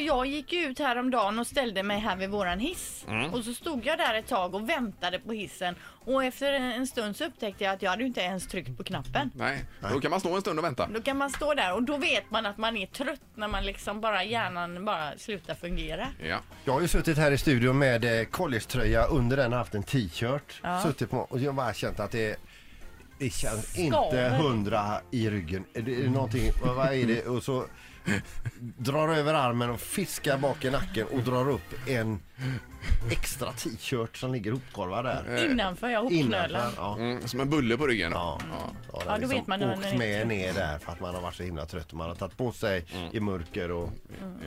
jag gick ju ut häromdagen och ställde mig här vid våran hiss. Och så stod jag där ett tag och väntade på hissen. Och efter en stund så upptäckte jag att jag hade ju inte ens tryckt på knappen. Nej, då kan man stå en stund och vänta. Då kan man stå där och då vet man att man är trött när man liksom bara hjärnan bara slutar fungera. Ja. Jag har ju suttit här i studion med eh, collegetröja, under den har haft en t-shirt. Ja. Suttit på, och jag har bara känt att det, det känns inte Skaver. hundra i ryggen. Är Det är någonting, vad vad är det? Och så drar över armen och fiskar bak i nacken och drar upp en extra t-shirt som ligger hopkorvad där. Innanför jag hopknölar. Innanför, ja. Mm, som en bulle på ryggen. Ja. Ja, Ja, då liksom vet man när man åkt är med ner där för att man har varit så himla trött. Man har tagit på sig i mörker och...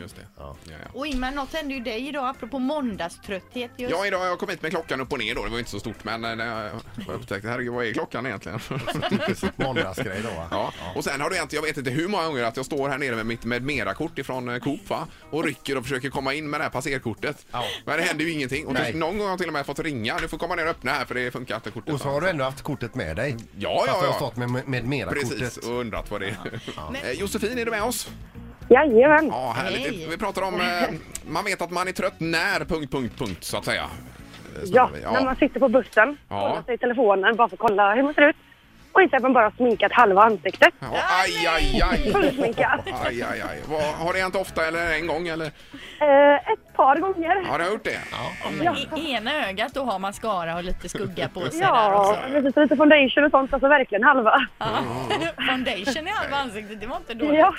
Just det. Ja. Ja. Ja, Och Ingmar, något hände ju dig idag apropå måndagströtthet just. Ja, idag har jag kommit med klockan upp och ner då. Det var ju inte så stort, men eh, när jag upptäckte, herregud, vad är klockan egentligen? Måndagsgrej då va? Ja. Och sen har du egentligen, jag vet inte hur många gånger att jag står här nere med mitt med mera-kort ifrån eh, Coop va? och rycker och försöker komma in med det här passerkortet. Ja. Men det händer ju ingenting. Och Nej. någon gång har jag till och med fått ringa, du får komma ner och öppna här för det funkar inte kortet. Och så va? har du ändå haft kortet med dig. Ja, ja, Fast du har ja. stått med, med Precis, mera-kortet. och undrat vad det är. Eh, Josefin, är du med oss? Jajamän. Ja, härligt. Hej. Vi pratar om, eh, man vet att man är trött när... Punkt, punkt, punkt, så att säga. Eh, Ja, snarare. när man sitter på bussen, Ja. kollar sig i telefonen bara för att kolla hur man ser ut. Och inte att man bara har sminkat halva ansiktet. Ja, aj, aj, aj. Fullsminkat. Aj, aj, aj. Vad- har det hänt ofta eller en gång? Eller? eh, ett par gånger. Har det gjort det? Men I ena ögat då har mascara och lite skugga på sig där Ja, också. alltså. lite, lite foundation och sånt. Alltså verkligen halva. Foundation i halva ansiktet, det var inte dåligt. Ja,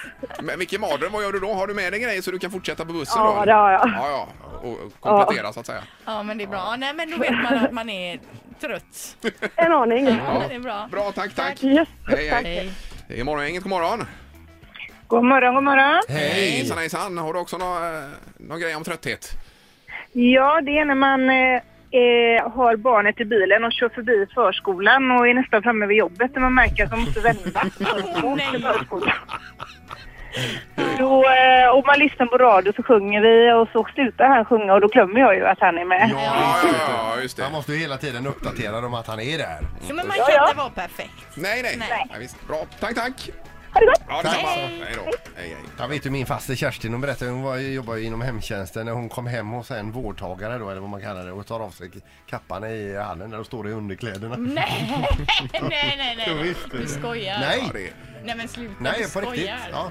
Men vilken mardröm, vad gör du då? Har du med dig grejer så du kan fortsätta på bussen? Ja, då? det har jag. Ja, ja. Och komplettera så att säga. Ja, men det är bra. Nej, men då vet man att man är trött. en aning. Ja, det är bra. Bra, tack, tack. Yes. Hej, hej. Hej. Det är morgongänget, god morgon. God morgon, god morgon. Hej! Hejsan, hejsan. Har du också någon, någon grej om trötthet? Ja, det är när man eh, eh, har barnet i bilen och kör förbi förskolan och är nästan framme vid jobbet när man märker att man måste vända. Åh, nej. Då, eh, och man lyssnar på radio så sjunger vi och så slutar han sjunga och då glömmer jag ju att han är med. Ja, ja, ja, just Han det. måste ju hela tiden uppdatera dem att han är där. Ja, men man Ja, kan ja. inte vara perfekt. Nej, nej. Nej. Ja, visst. Bra, tack, tack. Ha det gott! Ja, detsamma. Hej. Hej då. Hej, hej. Jag vet ju min faster Kerstin, hon berättade, hon var, ju- jobbar ju inom hemtjänsten. När hon kom hem hos en vårdtagare då, eller vad man kallar det, och tar av sig kappan i hallen där och står i underkläderna. Nej, nej, nej. Jo, nej. visst. Du skojar. Ja, Nej! det är... Nej, men sluta. Nej, du på skojar. riktigt. Ja.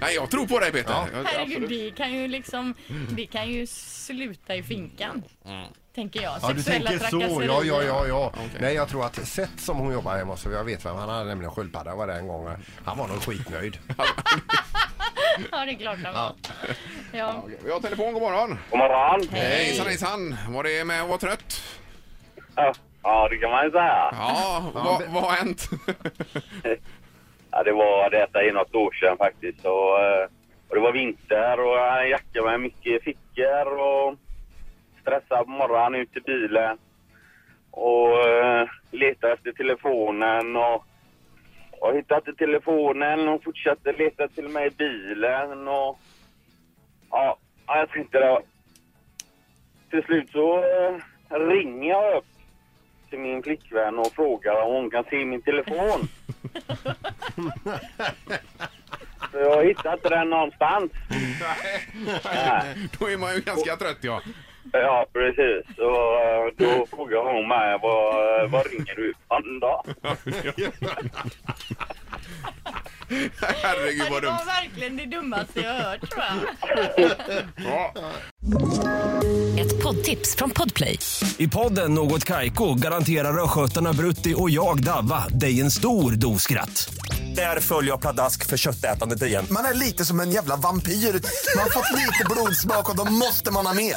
Nej, jag tror på dig Peter. Ja. Jag- Herregud, absolut. det kan ju liksom, det kan ju sluta i finkan. Tänker jag. Ja, du Sexuella tänker så. trakasserier. Ja, ja, ja. ja. Nej, jag tror att Seth som hon jobbar hemma hos, jag vet vem han hade nämligen sköldpadda var det en gång. Han var nog skitnöjd. Ja, det är klart. Ja. Ja. Okej, Vi har telefon, god morgon. God morgon! Hej. Hejsan, hejsan. Var det med att vara trött? Ja, det kan man ju säga. Ja, vad, vad har hänt? Ja, det var detta i något år sedan faktiskt. Och, eh, och det var vinter och jag hade en jacka med mycket fickor och stressad på morgonen ut till bilen och eh, letade efter telefonen och, och hittade inte telefonen och fortsatte leta till mig i bilen och ja, ja, jag tänkte då till slut så eh, ringer jag upp till min flickvän och frågar om hon kan se min telefon. För jag hittade inte den någonstans. Då är man ju ganska trött ja. Ja, precis. Och eh, då frågade hon mig vad, vad ringer du ifrån då? Herregud Ja, vad det var dumt. verkligen det dummaste jag hört tror jag. Ja. Ett poddtips från Podplay. I podden Något Kaiko garanterar östgötarna Brutti och jag, Davva, dig en stor dos skratt. Där följer jag pladask för köttätandet igen. Man är lite som en jävla vampyr. Man har fått lite blodsmak och då måste man ha mer.